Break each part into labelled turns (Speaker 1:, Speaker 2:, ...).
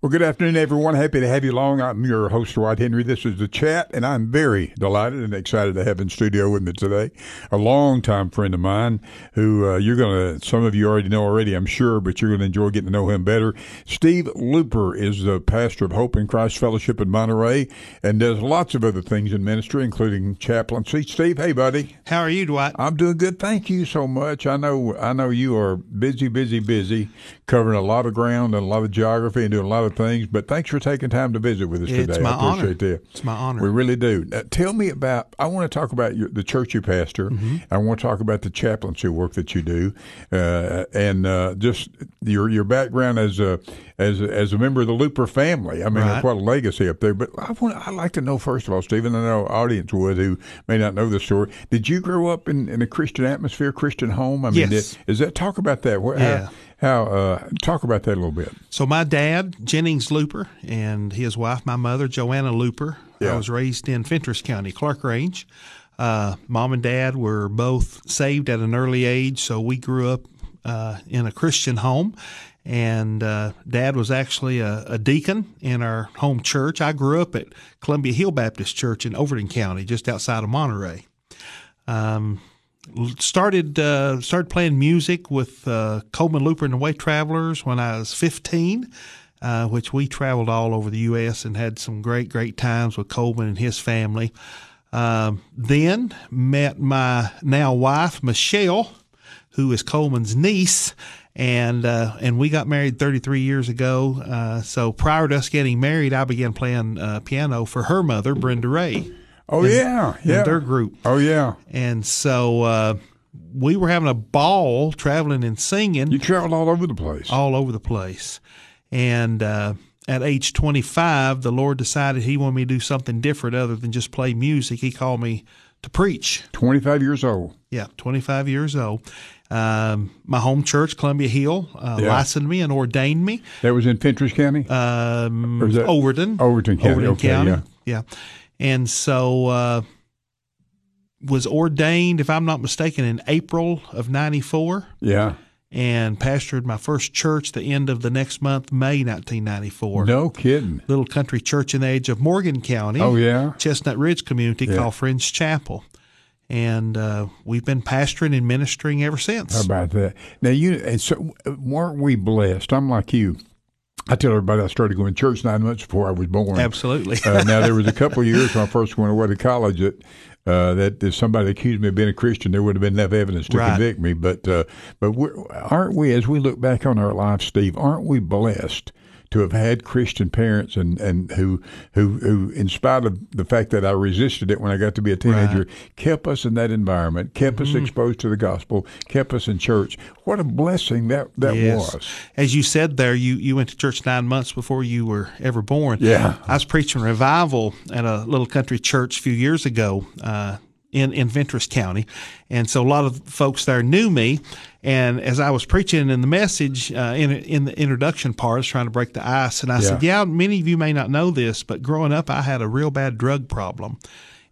Speaker 1: Well, good afternoon, everyone. Happy to have you along. I'm your host, Rod Henry. This is The Chat, and I'm very delighted and excited to have in studio with me today a longtime friend of mine who uh, you're going to, some of you already know already, I'm sure, but you're going to enjoy getting to know him better. Steve Looper is the pastor of Hope in Christ Fellowship in Monterey and does lots of other things in ministry, including chaplaincy. Steve, hey, buddy.
Speaker 2: How are you, Dwight?
Speaker 1: I'm doing good. Thank you so much. I know I know you are busy, busy, busy, covering a lot of ground and a lot of geography and doing a lot of things. But thanks for taking time to visit with us
Speaker 2: It's
Speaker 1: today.
Speaker 2: my
Speaker 1: I
Speaker 2: honor.
Speaker 1: appreciate that.
Speaker 2: It's my honor.
Speaker 1: We really do. Now, tell me about. I want to talk about your, the church you pastor. I want to talk about the chaplaincy work that you do, uh, and uh, just your your background as a as a, as a member of the Looper family. I mean,
Speaker 2: Right.
Speaker 1: quite a legacy up there. But I want. I'd like to know first of all, Stephen. I know our audience would who may not know the story. Did you grow up in, in a Christian atmosphere, Christian home? I mean,
Speaker 2: Yes.
Speaker 1: did- is that talk about that? What,
Speaker 2: Yeah.
Speaker 1: How, how uh, talk about that a little bit.
Speaker 2: So my dad, Jennings Looper, and his wife, my mother, Joanna Looper.
Speaker 1: Yeah.
Speaker 2: I was raised in Fentress County, Clark Range. Uh, Mom and dad were both saved at an early age, so we grew up uh, in a Christian home. And uh, dad was actually a, a deacon in our home church. I grew up at Columbia Hill Baptist Church in Overton County, just outside of Monterey. started uh, started playing music with uh, Coleman Looper and the Way Travelers when I was 15, uh, which we traveled all over the U.S. and had some great great times with Coleman and his family. Um, then met my now wife Michelle, who is Coleman's niece. And uh, and we got married 33 years ago. Uh, so prior to us getting married, I began playing uh, piano for her mother, Brenda Ray,
Speaker 1: Oh yeah, yeah.
Speaker 2: and their group.
Speaker 1: oh yeah.
Speaker 2: And so uh, we were having a ball traveling and singing
Speaker 1: You traveled all over the place.
Speaker 2: all over the place. And uh, at age 25, the Lord decided He wanted me to do something different other than just play music. He called me to preach.
Speaker 1: 25 years old.
Speaker 2: Yeah, 25 years old. Um, my home church, Columbia Hill, uh,
Speaker 1: Yeah.
Speaker 2: licensed me and ordained me.
Speaker 1: That was in Fentress County?
Speaker 2: Um,
Speaker 1: Or is that-
Speaker 2: Overton.
Speaker 1: Overton County.
Speaker 2: Overton
Speaker 1: okay,
Speaker 2: County.
Speaker 1: yeah.
Speaker 2: yeah. And so uh, was ordained, if I'm not mistaken, in April of 94
Speaker 1: Yeah.
Speaker 2: and pastored my first church the end of the next month, May 1994.
Speaker 1: No kidding.
Speaker 2: Little country church in the age of Morgan County.
Speaker 1: Oh, yeah.
Speaker 2: Chestnut Ridge community called Friends Chapel. And uh, we've been pastoring and ministering ever since.
Speaker 1: How about that? Now, you, and so uh, weren't we blessed? I'm like you. I tell everybody I started going to church nine months before I was born.
Speaker 2: Absolutely.
Speaker 1: uh, now there was a couple of years when I first went away to college that uh, that if somebody accused me of being a Christian, there would have been enough evidence to
Speaker 2: Right.
Speaker 1: convict me. But uh, but we're, aren't we, as we look back on our lives, Steve? Aren't we blessed? To have had Christian parents and, and who who who, in spite of the fact that I resisted it when I got to be a teenager, kept us in that environment, kept us
Speaker 2: Mm-hmm.
Speaker 1: exposed to the gospel, kept us in church. What a blessing that that
Speaker 2: Yes.
Speaker 1: was!
Speaker 2: As you said there, you, you went to church nine months before you were ever born.
Speaker 1: Yeah.
Speaker 2: I was preaching revival at a little country church a few years ago uh, in, in Ventress County. And so a lot of folks there knew me. And as I was preaching in the message, uh, in, in the introduction part, I was trying to break the ice. And I said, Yeah, many of you may not know this, but growing up, I had a real bad drug problem.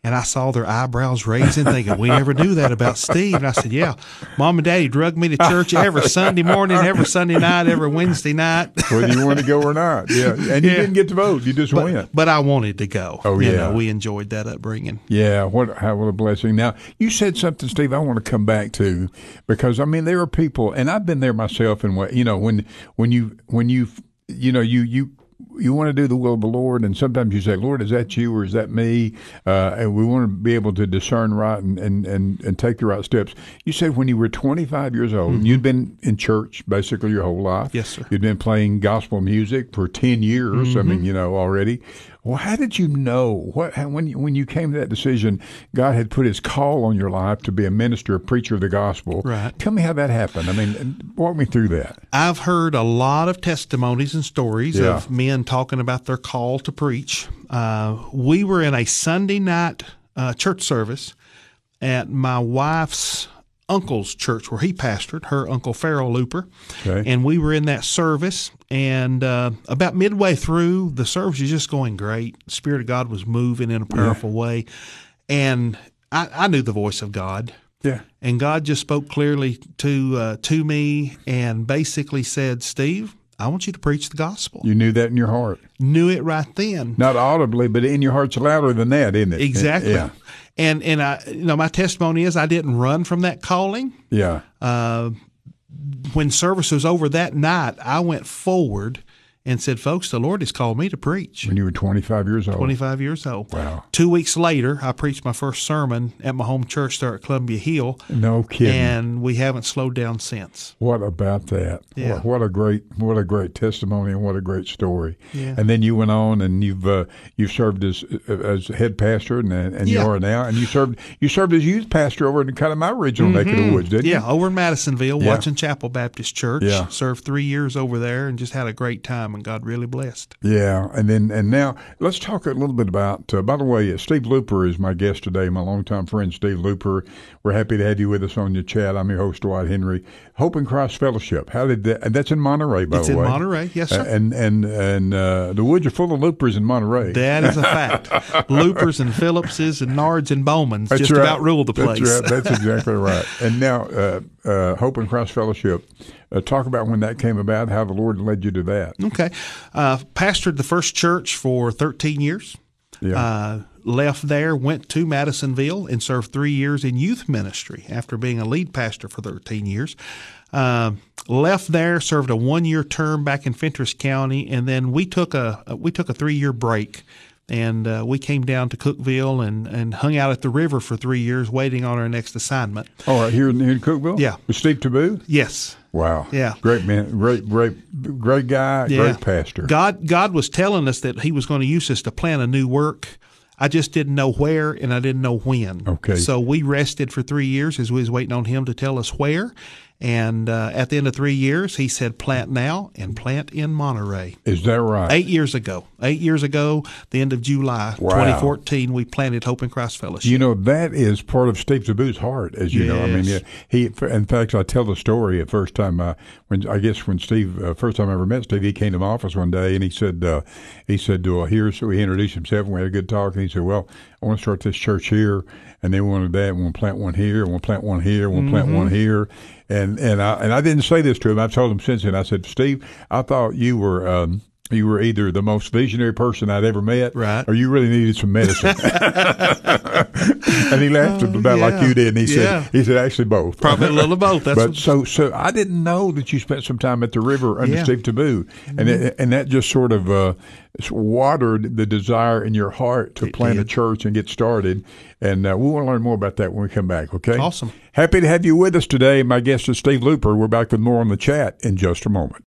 Speaker 2: And I saw their eyebrows raising, thinking, we never knew that about Steve. And I said, yeah, mom and daddy drug me to church every Sunday morning, every Sunday night, every Wednesday night.
Speaker 1: Whether you want to go or not, yeah. And you didn't get to vote; you just went.
Speaker 2: But I wanted to go.
Speaker 1: Oh,
Speaker 2: You
Speaker 1: yeah.
Speaker 2: know, we enjoyed that upbringing.
Speaker 1: Yeah, what how what a blessing. Now you said something, Steve. I want to come back to because I mean there are people, and I've been there myself. And what you know when when you when you you know you you you want to do the will of the Lord, and sometimes you say, Lord, is that you or is that me? Uh, and we want to be able to discern right and and and, and take the right steps. You said when you were 25 years old, you'd been in church basically your whole life.
Speaker 2: Mm-hmm. Yes, sir.
Speaker 1: You'd been playing gospel music for ten years. I
Speaker 2: Mm-hmm.
Speaker 1: mean, you know already. Well, how did you know what how, when you, when you came to that decision? God had put His call on your life to be a minister, a preacher of the gospel.
Speaker 2: Right.
Speaker 1: Tell me how that happened. I mean, walk me through that.
Speaker 2: I've heard a lot of testimonies and stories
Speaker 1: Yeah.
Speaker 2: of men talking about their call to preach. Uh, we were in a Sunday night uh, church service at my wife's uncle's church where he pastored, her uncle Farrell Looper.
Speaker 1: Okay.
Speaker 2: And we were in that service. And uh, about midway through, the service was just going great. Spirit of God was moving in a powerful way. And I, I knew the voice of God
Speaker 1: Yeah.
Speaker 2: and God just spoke clearly to uh, to me and basically said, "Steve, I want you to preach the gospel.
Speaker 1: You knew that in your heart.
Speaker 2: Knew it right then.
Speaker 1: Not audibly, but in your heart's louder than that, isn't it?
Speaker 2: Exactly.
Speaker 1: Yeah.
Speaker 2: And and I you know my testimony is I didn't run from that calling.
Speaker 1: Yeah.
Speaker 2: Uh, when service was over that night, I went forward and said, "Folks, the Lord has called me to preach."
Speaker 1: When you were 25 years old.
Speaker 2: 25 years old.
Speaker 1: Wow.
Speaker 2: Two weeks later, I preached my first sermon at my home church there at Columbia Hill,
Speaker 1: No kidding.
Speaker 2: and we haven't slowed down since.
Speaker 1: What about that?
Speaker 2: Yeah.
Speaker 1: What, what a great, what a great testimony, and what a great story.
Speaker 2: Yeah.
Speaker 1: And then you went on, and you've uh, you've served as uh, as head pastor, and and
Speaker 2: Yeah.
Speaker 1: you are now, and you served you served as youth pastor over in kind of my original neck of the woods, didn't
Speaker 2: Mm-hmm. Yeah, over in Madisonville,
Speaker 1: Yeah.
Speaker 2: Watson Chapel Baptist Church.
Speaker 1: Yeah.
Speaker 2: Served three years over there and just had a great time, and God really blessed.
Speaker 1: you? Yeah. And then and now let's talk a little bit about. Uh, by the way, uh, Steve Looper is my guest today, my longtime friend Steve Looper. We're happy to have you with us on your chat. I'm your host Dwight Henry. Hope and Christ Fellowship. How did that? And that's in Monterey, by
Speaker 2: It's
Speaker 1: the
Speaker 2: in
Speaker 1: way.
Speaker 2: Monterey. Yes, sir.
Speaker 1: Uh, and and and uh, the woods are full of loopers in Monterey.
Speaker 2: that is a fact. Loopers and Phillipses and Nards and Bowmans just about ruled the place.
Speaker 1: That's, right. That's exactly right. And now, uh, uh, Hope and Christ Fellowship. Uh, talk about when that came about, how the Lord led you to that.
Speaker 2: Okay. Uh, pastored the first church for 13 years.
Speaker 1: Yeah.
Speaker 2: Uh, left there, went to Madisonville, and served three years in youth ministry after being a lead pastor for 13 years. Uh, left there, served a one-year term back in Fentress County, and then we took a a- we took a three-year break. And uh, we came down to Cookville and, and hung out at the river for three years, waiting on our next assignment.
Speaker 1: All right, here in, here in Cookville.
Speaker 2: Oh, uh, Yeah.
Speaker 1: with Steve Taboo.
Speaker 2: Yes,
Speaker 1: Wow.
Speaker 2: Yeah.
Speaker 1: Great man. Great, great, great guy.
Speaker 2: Yeah.
Speaker 1: Great pastor.
Speaker 2: God God was telling us that He was going to use us to plan a new work. I just didn't know where and I didn't know when.
Speaker 1: Okay.
Speaker 2: So we rested for three years as we was waiting on Him to tell us where. And uh, at the end of three years, He said, "Plant now and plant in Monterey."
Speaker 1: Is that right?
Speaker 2: Eight years ago, eight years ago, the end of July,
Speaker 1: Wow.
Speaker 2: 2014, we planted Hope and Christ Fellowship.
Speaker 1: You know that is part of Steve Taboo's heart, as you know. I mean, yeah,
Speaker 2: Yes.
Speaker 1: he. In fact, I tell the story. The first time, uh, when I guess when Steve, uh, first time I ever met Steve, he came to my office one day and he said, uh, he said, well, here's so he introduced himself and we had a good talk and he said, well, I want to start this church here and then we want to do that and we'll plant one here and we'll plant one here and we'll plant
Speaker 2: Mm-hmm.
Speaker 1: one here and and I and I didn't say this to him. I've told him since then. I said, Steve, I thought you were. Um, you were either the most visionary person I'd ever met,
Speaker 2: Right.
Speaker 1: or you really needed some medicine. and he laughed about
Speaker 2: Oh, yeah.
Speaker 1: like you did. And he
Speaker 2: Yeah.
Speaker 1: said, he said actually both.
Speaker 2: Probably a little of both. That's
Speaker 1: but so so I didn't know that you spent some time at the river under
Speaker 2: Yeah. Mm-hmm.
Speaker 1: Steve Taboo, and it, and that just sort of uh, watered the desire in your heart to plant a church and get started. And uh, we want to learn more about that when we come back. Okay,
Speaker 2: Awesome.
Speaker 1: Happy to have you with us today. My guest is Steve Looper. We're back with more on the chat in just a moment.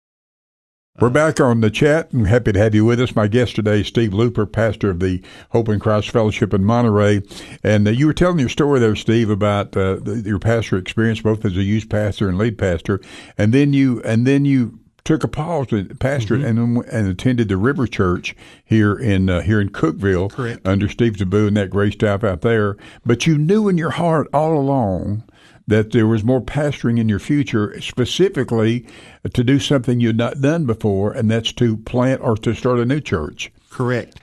Speaker 1: We're back on the chat and happy to have you with us. My guest today is Steve Looper, pastor of the Hope and Christ Fellowship in Monterey. And uh, you were telling your story there, Steve, about uh, the, your pastor experience, both as a youth pastor and lead pastor, and then you and then you took a pause and pastorate and then w- and attended the River Church here in uh, here in Cookville,
Speaker 2: Correct.
Speaker 1: under Steve Taboo and that great staff out there. But you knew in your heart all along that there was more pastoring in your future, specifically to do something you'd not done before, and that's to plant or to start a new church.
Speaker 2: Correct.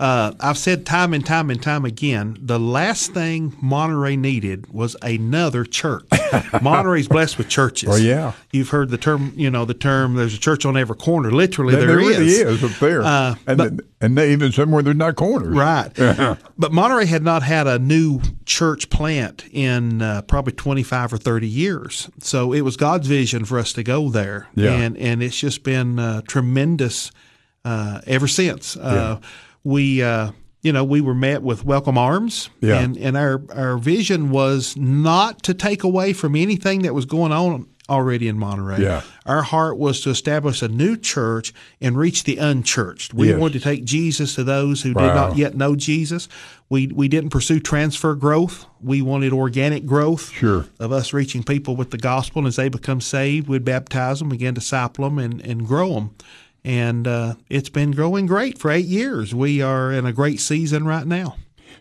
Speaker 2: Uh, I've said time and time and time again, the last thing Monterey needed was another church. Monterey's blessed with churches.
Speaker 1: Oh, yeah.
Speaker 2: You've heard the term, you know, the term, there's a church on every corner. Literally,
Speaker 1: And
Speaker 2: there
Speaker 1: really
Speaker 2: is.
Speaker 1: is up there,
Speaker 2: Uh,
Speaker 1: and and they, even somewhere there's not corners.
Speaker 2: Right. but Monterey had not had a new church plant in uh, probably 25 or 30 years. So it was God's vision for us to go there.
Speaker 1: Yeah.
Speaker 2: And, and it's just been uh, tremendous uh, ever since. Uh, We, uh, you know, we were met with welcome arms.
Speaker 1: Yeah.
Speaker 2: And, and our, our vision was not to take away from anything that was going on already in Monterey.
Speaker 1: Yeah.
Speaker 2: Our heart was to establish a new church and reach the unchurched. We
Speaker 1: Yes.
Speaker 2: wanted to take Jesus to those who did
Speaker 1: Wow.
Speaker 2: not yet know Jesus. We we didn't pursue transfer growth. We wanted organic growth.
Speaker 1: Sure.
Speaker 2: Of us reaching people with the gospel, and as they become saved, we'd baptize them, again disciple them, and and grow them. And uh, it's been growing great for eight years. We are in a great season right now.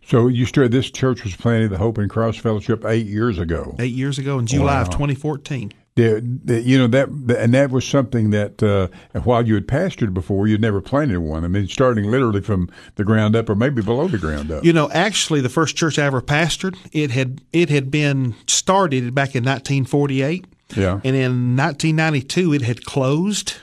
Speaker 1: So you started this church was planted, the Hope and Cross Fellowship, eight years ago.
Speaker 2: Eight years ago in July of 2014.
Speaker 1: There- there- you know that, and that was something that uh, while you had pastored before, you'd never planted one. I mean, starting literally from the ground up, or maybe below the ground up.
Speaker 2: You know, actually, the first church I ever pastored it had it had been started back in 1948.
Speaker 1: yeah,
Speaker 2: And in 1992, it had closed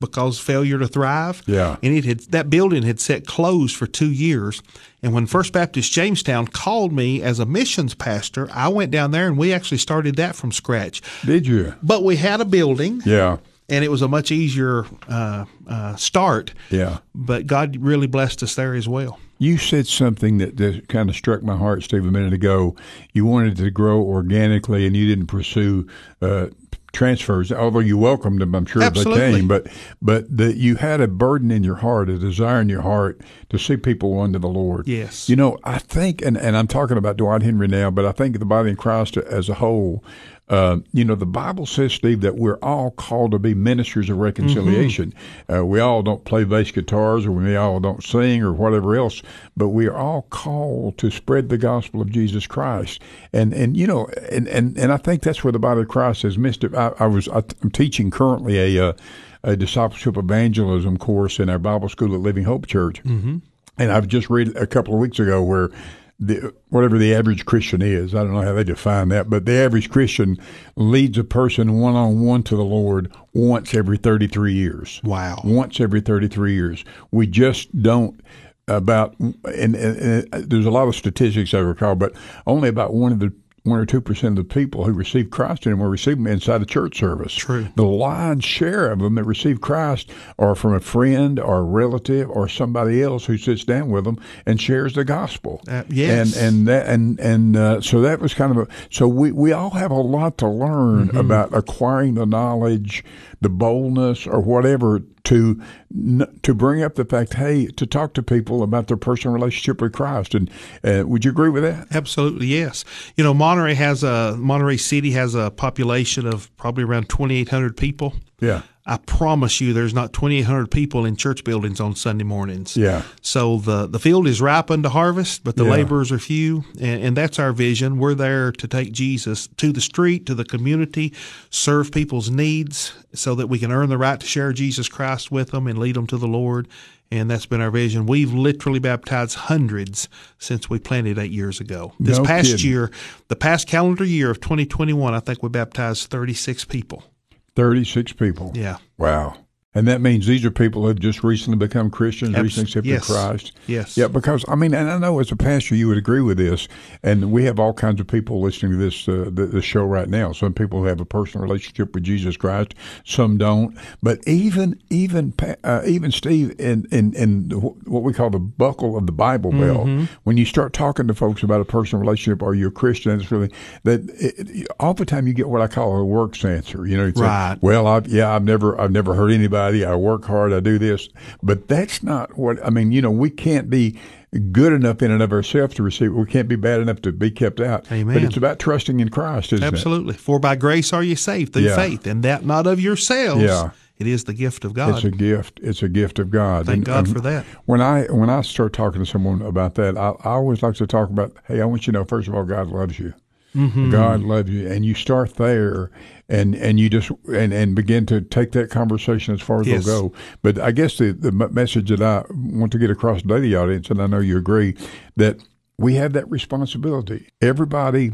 Speaker 2: because failure to thrive.
Speaker 1: Yeah.
Speaker 2: And it had that building had set closed for two years. And when First Baptist Jamestown called me as a missions pastor, I went down there and we actually started that from scratch.
Speaker 1: Did you?
Speaker 2: But we had a building
Speaker 1: Yeah.
Speaker 2: and it was a much easier uh, uh, start.
Speaker 1: Yeah.
Speaker 2: But God really blessed us there as well.
Speaker 1: You said something that, that kind of struck my heart, Steve, a minute ago. You wanted to grow organically, and you didn't pursue uh, transfers, although you welcomed them. I'm sure
Speaker 2: Absolutely.
Speaker 1: they came, but but that you had a burden in your heart, a desire in your heart to see people unto the Lord.
Speaker 2: Yes.
Speaker 1: You know, I think, and, and I'm talking about Dwight Henry now, but I think the body of Christ as a whole, uh, you know, the Bible says, Steve, that we're all called to be ministers of reconciliation. Uh, we all don't play bass guitars or we all don't sing or whatever else, but we are all called to spread the gospel of Jesus Christ. And, and you know, and, and, and I think that's where the body of Christ has missed it. I, I was, I, I'm teaching currently a, uh, a discipleship evangelism course in our Bible school at Living Hope Church. Mm-hmm. And I've just read a couple of weeks ago where the, whatever the average Christian is, I don't know how they define that, but the average Christian leads a person one on one to the Lord once every 33 years.
Speaker 2: Wow.
Speaker 1: Once every 33 years. We just don't about and, and, and uh, there's a lot of statistics I recall, but only about one of the one or two percent of the people who receive Christ in them will receive him inside a church service.
Speaker 2: True.
Speaker 1: The lion's share of them that receive Christ are from a friend or a relative or somebody else who sits down with them and shares the gospel.
Speaker 2: Uh, yes.
Speaker 1: And and that and and uh, so that was kind of a so we we all have a lot to learn
Speaker 2: Mm-hmm.
Speaker 1: about acquiring the knowledge, the boldness or whatever to n- to bring up the fact hey to talk to people about their personal relationship with Christ and uh, would you agree with that?
Speaker 2: Absolutely, yes. You know, Monterey has a Monterey City has a population of probably around twenty eight hundred people.
Speaker 1: Yeah.
Speaker 2: I promise you, there's not twenty eight hundred people in church buildings on Sunday mornings.
Speaker 1: Yeah.
Speaker 2: So the the field is ripe unto harvest, but the
Speaker 1: Yeah.
Speaker 2: laborers are few, and, and that's our vision. We're there to take Jesus to the street, to the community, serve people's needs, so that we can earn the right to share Jesus Christ with them and lead them to the Lord. And that's been our vision. We've literally baptized hundreds since we planted eight years ago. This
Speaker 1: No
Speaker 2: past
Speaker 1: kidding.
Speaker 2: year, the past calendar year of 2021, I think we baptized 36 people.
Speaker 1: 36 people.
Speaker 2: Yeah.
Speaker 1: Wow. And that means these are people who have just recently become Christians,
Speaker 2: Abs-
Speaker 1: recently accepted
Speaker 2: yes.
Speaker 1: Christ.
Speaker 2: Yes.
Speaker 1: Yeah, because I mean, and I know as a pastor you would agree with this, and we have all kinds of people listening to this uh, th- this show right now. Some people who have a personal relationship with Jesus Christ, some don't. But even even pa- uh, even Steve in in in the wh- what we call the buckle of the Bible belt,
Speaker 2: Mm-hmm.
Speaker 1: when you start talking to folks about a personal relationship, are you a Christian? It's really that it, it, all the time you get what I call a works answer. You know, it's like,
Speaker 2: Right.
Speaker 1: well, I've, yeah, I've never, I've never hurt anybody. I work hard. I do this, but that's not what I mean. You know, we can't be good enough in and of ourselves to receive. it. We can't be bad enough to be kept out.
Speaker 2: Amen.
Speaker 1: But it's about trusting in Christ, isn't
Speaker 2: Absolutely. For by grace are you saved through
Speaker 1: Yeah.
Speaker 2: faith, and that not of yourselves.
Speaker 1: Yeah.
Speaker 2: It is the gift of
Speaker 1: it? It's
Speaker 2: God.
Speaker 1: a gift. It's a gift of God.
Speaker 2: Thank
Speaker 1: And-
Speaker 2: God
Speaker 1: and
Speaker 2: for that.
Speaker 1: When I when I start talking to someone about that, I, I always like to talk about, hey, I want you to know, first of all, God loves you.
Speaker 2: Mm-hmm.
Speaker 1: God loves you, and you start there, and and you just and and begin to take that conversation as far as
Speaker 2: Yes.
Speaker 1: they'll go. But I guess the the m- message that I want to get across today to the audience, and I know you agree, that we have that responsibility. Everybody.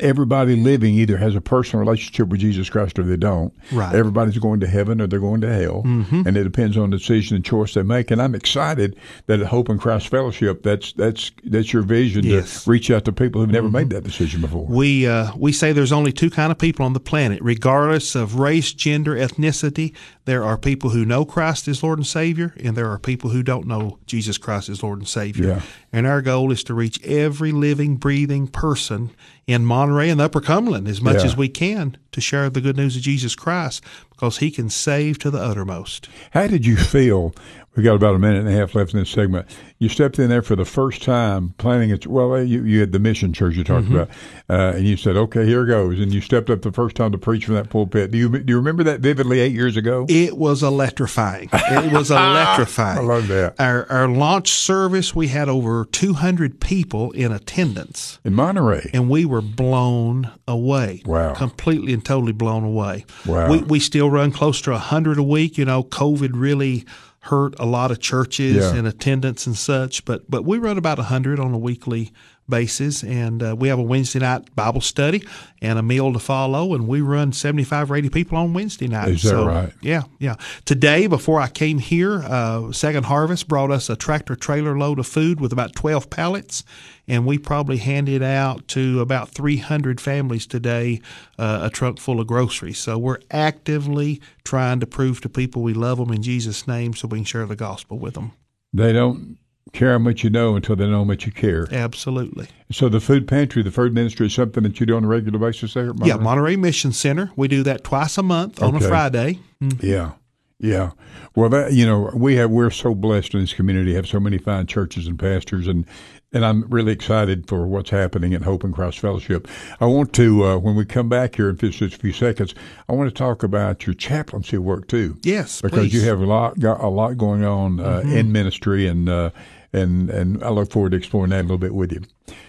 Speaker 1: Everybody living either has a personal relationship with Jesus Christ or they don't.
Speaker 2: Right. Mm-hmm.
Speaker 1: Everybody's going to heaven or they're going to hell, and it depends on the decision and choice they make. And I'm excited that at Hope and Christ Fellowship, that's that's that's your vision
Speaker 2: Yes. Mm-hmm.
Speaker 1: to reach out to people who've never made that decision before.
Speaker 2: We uh, we say there's only two kind of people on the planet, regardless of race, gender, ethnicity. There are people who know Christ is Lord and Savior, and there are people who don't know Jesus Christ is Lord and Savior.
Speaker 1: Yeah.
Speaker 2: And our goal is to reach every living, breathing person in Monterey and the Upper Cumberland as much
Speaker 1: Yeah.
Speaker 2: as we can to share the good news of Jesus Christ, because He can save to the uttermost.
Speaker 1: How did you feel? We got about a minute and a half left in this segment. You stepped in there for the first time, planning it. Well, you, you had the mission church you talked about, uh, and you said, "Okay, here goes." And you stepped up the first time to preach from that pulpit. Do you do you remember that vividly? Eight years ago.
Speaker 2: It was electrifying. It was electrifying.
Speaker 1: I love that.
Speaker 2: Our, our launch service, we had over 200 people in attendance,
Speaker 1: in Monterey.
Speaker 2: and we were blown away.
Speaker 1: Wow.
Speaker 2: Completely and totally blown away.
Speaker 1: Wow.
Speaker 2: We, we still run close to 100 a week. You know, COVID really hurt a lot of churches
Speaker 1: Yeah.
Speaker 2: and attendance and such, but, but we run about 100 on a weekly basis. And uh, we have a Wednesday night Bible study and a meal to follow. And we run 75 or 80 people on Wednesday night.
Speaker 1: Is that right?
Speaker 2: Yeah, yeah. Today, before I came here, uh, Second Harvest brought us a tractor trailer load of food with about 12 pallets. And we probably handed out to about 300 families today uh, a trunk full of groceries. So we're actively trying to prove to people we love them in Jesus' name so we can share the gospel with them.
Speaker 1: They don't care how much you know until they know how much you care.
Speaker 2: Absolutely.
Speaker 1: So the food pantry, the food ministry is something that you do on a regular basis there? at
Speaker 2: Yeah,
Speaker 1: Monterey?
Speaker 2: Monterey Mission Center. We do that twice a month on a
Speaker 1: Okay.
Speaker 2: Friday.
Speaker 1: Yeah. Yeah. Well, that, you know, we have, we're so blessed in this community, have so many fine churches and pastors and, and I'm really excited for what's happening at Hope and Cross Fellowship. I want to, uh, when we come back here in just a few seconds, I want to talk about your chaplaincy work too.
Speaker 2: Yes,
Speaker 1: because
Speaker 2: please.
Speaker 1: you have a lot, got a lot going on uh, in ministry, and uh, and and I look forward to exploring that a little bit with you.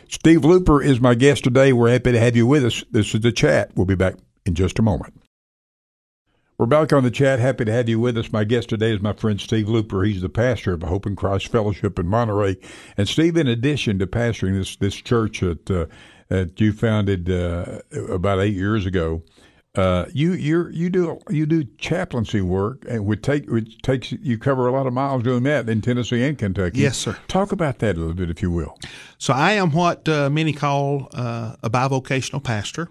Speaker 1: Steve Looper is my guest today. We're happy to have you with us. This is the chat. We'll be back in just a moment. We're back on the chat. Happy to have you with us. My guest today is my friend Steve Looper. He's the pastor of Hope and Christ Fellowship in Monterey. And Steve, in addition to pastoring this this church that uh, that you founded uh, about eight years ago, uh, you you you do you do chaplaincy work, and would take which takes you cover a lot of miles doing that in Tennessee and Kentucky.
Speaker 2: Yes, sir.
Speaker 1: Talk about that a little bit, if you will.
Speaker 2: So I am what uh, many call uh, a bivocational pastor.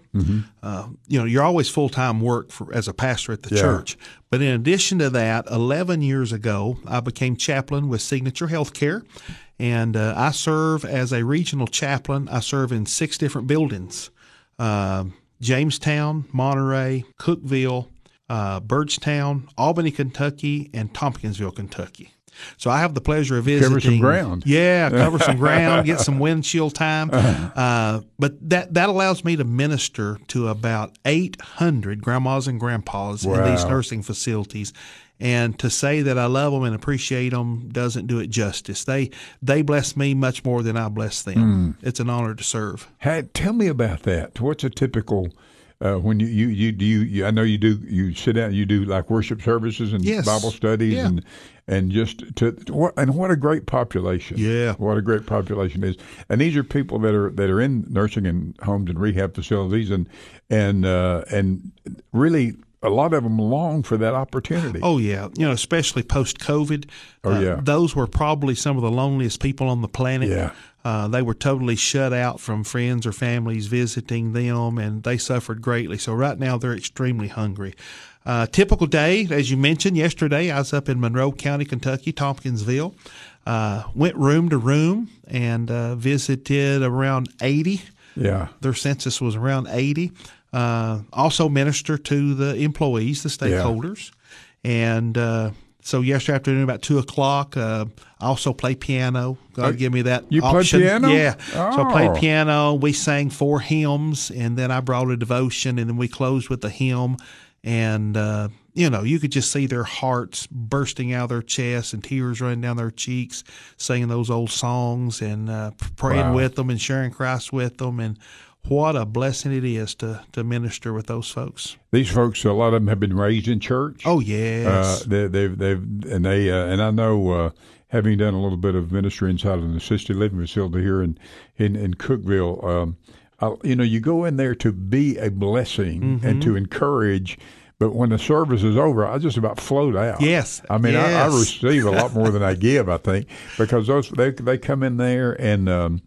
Speaker 2: Uh, you know, you're always full time work for, as a pastor at the
Speaker 1: Yeah.
Speaker 2: church. But in addition to that, 11 years ago, I became chaplain with Signature Healthcare, and uh, I serve as a regional chaplain. I serve in six different buildings: uh, Jamestown, Monterey, Cookville, uh, Birdstown, Albany, Kentucky, and Tompkinsville, Kentucky. So I have the pleasure of visiting.
Speaker 1: Cover some ground.
Speaker 2: Yeah, cover some ground, get some windshield time.
Speaker 1: Uh-huh.
Speaker 2: Uh, but that that allows me to minister to about 800 grandmas and grandpas in these
Speaker 1: Wow.
Speaker 2: nursing facilities. And to say that I love them and appreciate them doesn't do it justice. They they bless me much more than I bless them.
Speaker 1: Hmm.
Speaker 2: It's an honor to serve.
Speaker 1: Hey, tell me about that. What's a typical uh, when you you you do you, you- I know you do you sit down you do like worship services and
Speaker 2: Yes.
Speaker 1: Bible studies
Speaker 2: Yeah.
Speaker 1: and and just to what and what a great population.
Speaker 2: Yeah.
Speaker 1: what a great population is. And these are people that are that are in nursing and homes and rehab facilities and and uh, and really a lot of them long for that opportunity.
Speaker 2: Oh yeah, you know, especially post COVID.
Speaker 1: Oh, yeah.
Speaker 2: those were probably some of the loneliest people on the planet.
Speaker 1: Yeah.
Speaker 2: Uh, they were totally shut out from friends or families visiting them, and they suffered greatly. So right now they're extremely hungry. Uh, typical day, as you mentioned yesterday, I was up in Monroe County, Kentucky, Tompkinsville. Uh, went room to room and uh, visited around eighty
Speaker 1: yeah,
Speaker 2: their census was around 80. Uh, also minister to the employees, the stakeholders. And uh, so yesterday afternoon, about 2 o'clock, uh, I also play piano. God give me that
Speaker 1: you play
Speaker 2: option.
Speaker 1: piano?
Speaker 2: Yeah. So I
Speaker 1: Oh.
Speaker 2: played piano. We sang four hymns, and then I brought a devotion, and then we closed with a hymn. And, uh, you know, you could just see their hearts bursting out of their chests and tears running down their cheeks, singing those old songs and uh, praying
Speaker 1: Wow.
Speaker 2: with them and sharing Christ with them. And what a blessing it is to, to minister with those folks.
Speaker 1: these folks a lot of them have been raised in church.
Speaker 2: Oh, yes.
Speaker 1: Uh, they, they've, they've, and they, uh, and I know, uh, having done a little bit of ministry inside an assisted living facility here in in, in Cookville, um, I, you know, you go in there to be a blessing and to encourage. But when the service is over, I just about float out.
Speaker 2: Yes.
Speaker 1: I mean, I, I
Speaker 2: Yes.
Speaker 1: receive a lot more than I give, I think, because those they they come in there and. Um,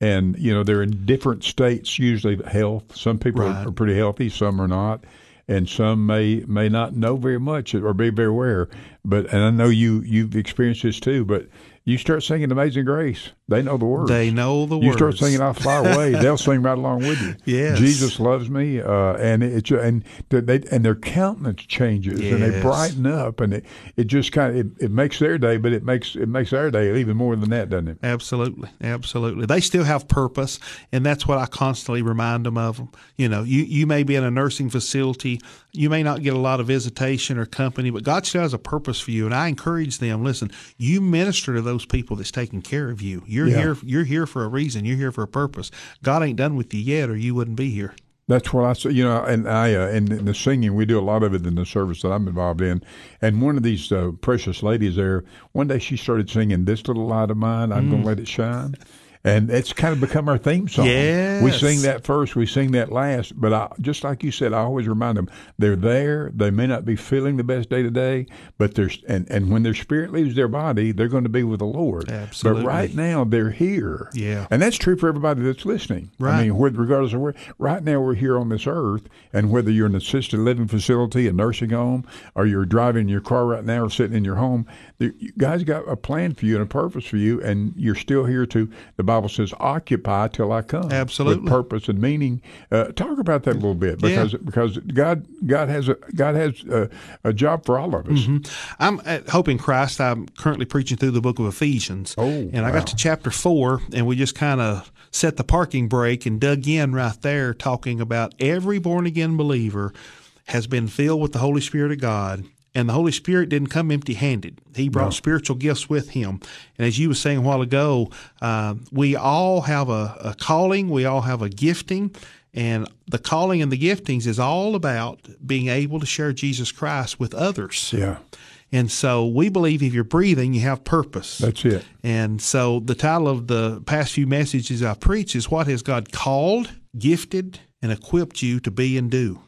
Speaker 1: and you know they're in different states usually of health some people
Speaker 2: Right.
Speaker 1: are pretty healthy some are not and some may may not know very much or be very aware but and i know you you've experienced this too but you start singing amazing grace they know the words
Speaker 2: they know the
Speaker 1: you
Speaker 2: words.
Speaker 1: start singing "I Fly Away," they'll sing right along with you.
Speaker 2: Yes.
Speaker 1: Jesus loves me, uh, and it's and th- they and their countenance changes and they
Speaker 2: Yes.
Speaker 1: brighten up, and it, it just kind of it, it makes their day, but it makes it makes our day even more than that, doesn't it?
Speaker 2: Absolutely, absolutely. They still have purpose, and that's what I constantly remind them of. You know, you you may be in a nursing facility, you may not get a lot of visitation or company, but God still has a purpose for you. And I encourage them. Listen, you minister to those people that's taking care of you. You're
Speaker 1: Yeah.
Speaker 2: here. You're here for a reason. You're here for a purpose. God ain't done with you yet, or you wouldn't be here.
Speaker 1: That's what I say. You know, and I uh, and in the singing, we do a lot of it in the service that I'm involved in. And one of these uh, precious ladies there, one day she started singing, "This little light of mine, I'm gonna let it shine." and it's kind of become our theme song.
Speaker 2: Yes.
Speaker 1: We sing that first, we sing that last, but I, just like you said, I always remind them they're there. They may not be feeling the best day to day, but there's and and when their spirit leaves their body, they're going to be with the Lord.
Speaker 2: Absolutely.
Speaker 1: But right now, they're here.
Speaker 2: Yeah.
Speaker 1: And that's true for everybody that's listening.
Speaker 2: Right.
Speaker 1: I mean, whether, regardless of where. Right now, we're here on this earth, and whether you're in an assisted living facility, a nursing home, or you're driving your car right now, or sitting in your home, the, you God's got a plan for you and a purpose for you, and you're still here to. The Bible says, "Occupy till I come."
Speaker 2: Absolutely.
Speaker 1: With purpose and meaning. Uh, talk about that a little bit, because because God God has a God has a, a job for all of us.
Speaker 2: Mm-hmm. I'm at Hope in Christ. I'm currently preaching through the book of Ephesians.
Speaker 1: Oh,
Speaker 2: and I got to chapter four, and we just kind of set the parking brake and dug in right there, talking about every born again believer has been filled with the Holy Spirit of God. And the Holy Spirit didn't come empty handed. He brought spiritual gifts with him. And as you were saying a while ago, uh, we all have a, a calling, we all have a gifting. And the calling and the giftings is all about being able to share Jesus Christ with others.
Speaker 1: Yeah,
Speaker 2: And so we believe if you're breathing, you have purpose.
Speaker 1: that's it.
Speaker 2: and so the title of the past few messages I preach is What Has God Called, Gifted, and Equipped You to Be and Do?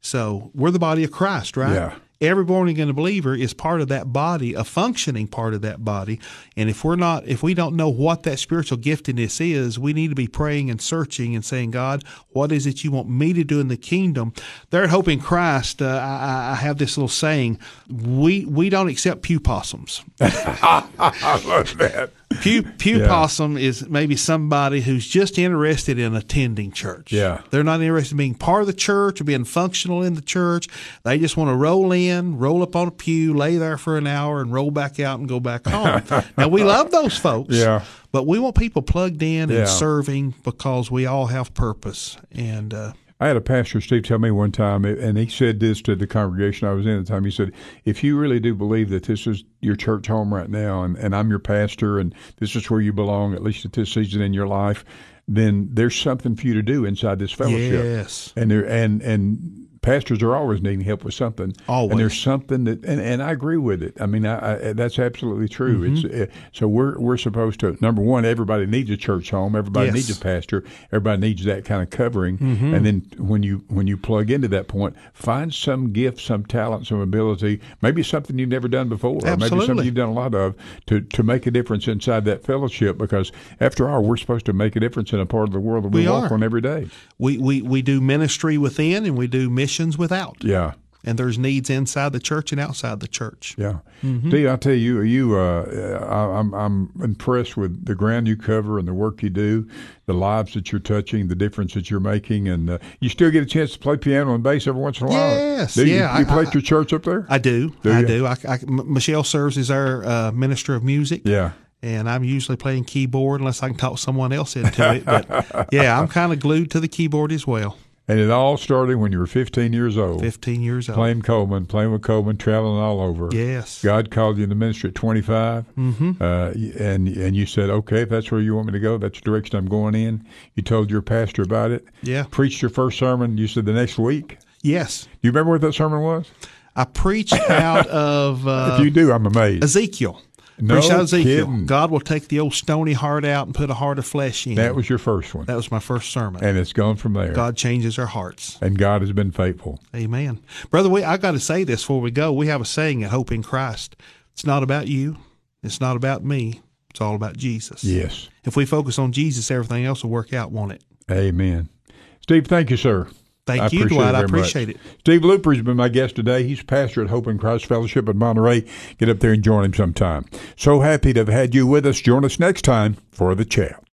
Speaker 2: So we're the body of Christ, right?
Speaker 1: Yeah.
Speaker 2: Every born again believer is part of that body, a functioning part of that body. And if we're not, if we don't know what that spiritual giftedness is, we need to be praying and searching and saying, God, what is it you want me to do in the kingdom? There at Hope in Christ, uh, I, I- I have this little saying: we we don't accept pew possums.
Speaker 1: I love that.
Speaker 2: Pew, pew possum is maybe somebody who's just interested in attending church.
Speaker 1: Yeah.
Speaker 2: They're not interested in being part of the church or being functional in the church. They just want to roll in, roll up on a pew, lay there for an hour, and roll back out and go back home. now, we love those folks.
Speaker 1: Yeah.
Speaker 2: But we want people plugged in
Speaker 1: Yeah.
Speaker 2: and serving because we all have purpose. And uh,
Speaker 1: I had a pastor, Steve, tell me one time, and he said this to the congregation I was in at the time. He said, If you really do believe that this is your church home right now, and, and I'm your pastor, and this is where you belong, at least at this season in your life, then there's something for you to do inside this fellowship.
Speaker 2: yes.
Speaker 1: And there and and pastors are always needing help with something.
Speaker 2: Always.
Speaker 1: And there's something that and, and I agree with it. I mean, I, I, that's absolutely true.
Speaker 2: Mm-hmm.
Speaker 1: It's uh, so we're we're supposed to number one, everybody needs a church home. Everybody
Speaker 2: Yes. Mm-hmm.
Speaker 1: needs a pastor. Everybody needs that kind of covering. And then when you when you plug into that point, find some gift, some talent, some ability, maybe something you've never done before, or maybe
Speaker 2: Absolutely.
Speaker 1: something you've done a lot of to to make a difference inside that fellowship. Because after all, we're supposed to make a difference in a part of the world that we,
Speaker 2: We
Speaker 1: walk
Speaker 2: are.
Speaker 1: on every day.
Speaker 2: We, we, we do ministry within and we do missions without.
Speaker 1: Yeah.
Speaker 2: And there's needs inside the church and outside the church.
Speaker 1: Yeah,
Speaker 2: Mm-hmm.
Speaker 1: Steve, I tell you, you, uh, I, I'm, I'm impressed with the ground you cover and the work you do, the lives that you're touching, the difference that you're making, and uh, you still get a chance to play piano and bass every once in a while.
Speaker 2: Yes,
Speaker 1: do you,
Speaker 2: yeah,
Speaker 1: You
Speaker 2: I-
Speaker 1: play
Speaker 2: I-
Speaker 1: at your church up there?
Speaker 2: I do.
Speaker 1: Do
Speaker 2: I
Speaker 1: you?
Speaker 2: do. I, I, M- Michelle serves as our uh, minister of music.
Speaker 1: yeah,
Speaker 2: And I'm usually playing keyboard unless I can talk someone else into it. But yeah, I'm kind of glued to the keyboard as well.
Speaker 1: and it all started when you were 15 years old,
Speaker 2: 15 years old.
Speaker 1: playing Coleman, playing with Coleman, traveling all over.
Speaker 2: Yes.
Speaker 1: God called you in the ministry at 25, mm-hmm. uh, and and you said, okay, if that's where you want me to go, that's the direction I'm going in. You told your pastor about it.
Speaker 2: Yeah.
Speaker 1: Preached your first sermon. You said the next week.
Speaker 2: Yes.
Speaker 1: Do you remember what that sermon was?
Speaker 2: I preached out of uh,
Speaker 1: if you do, I'm amazed.
Speaker 2: Ezekiel.
Speaker 1: No
Speaker 2: Preached out of Ezekiel.
Speaker 1: kidding.
Speaker 2: God will take the old stony heart out and put a heart of flesh in.
Speaker 1: That was your first one,
Speaker 2: That was my first sermon.
Speaker 1: and it's gone from there.
Speaker 2: God changes our hearts.
Speaker 1: And God has been faithful.
Speaker 2: Amen. Brother, we, I got to say this before we go. We have a saying at Hope in Christ it's not about you, it's not about me, it's all about Jesus.
Speaker 1: Yes.
Speaker 2: If we focus on Jesus, everything else will work out, won't it?
Speaker 1: Amen. Steve, thank you, sir.
Speaker 2: Thank
Speaker 1: I
Speaker 2: you,
Speaker 1: appreciate
Speaker 2: Dwight.
Speaker 1: it
Speaker 2: I
Speaker 1: very
Speaker 2: appreciate
Speaker 1: much.
Speaker 2: it.
Speaker 1: Steve Looper has been my guest today. He's pastor at Hope and Christ Fellowship in Monterey. Get up there and join him sometime. So happy to have had you with us. Join us next time for the chat.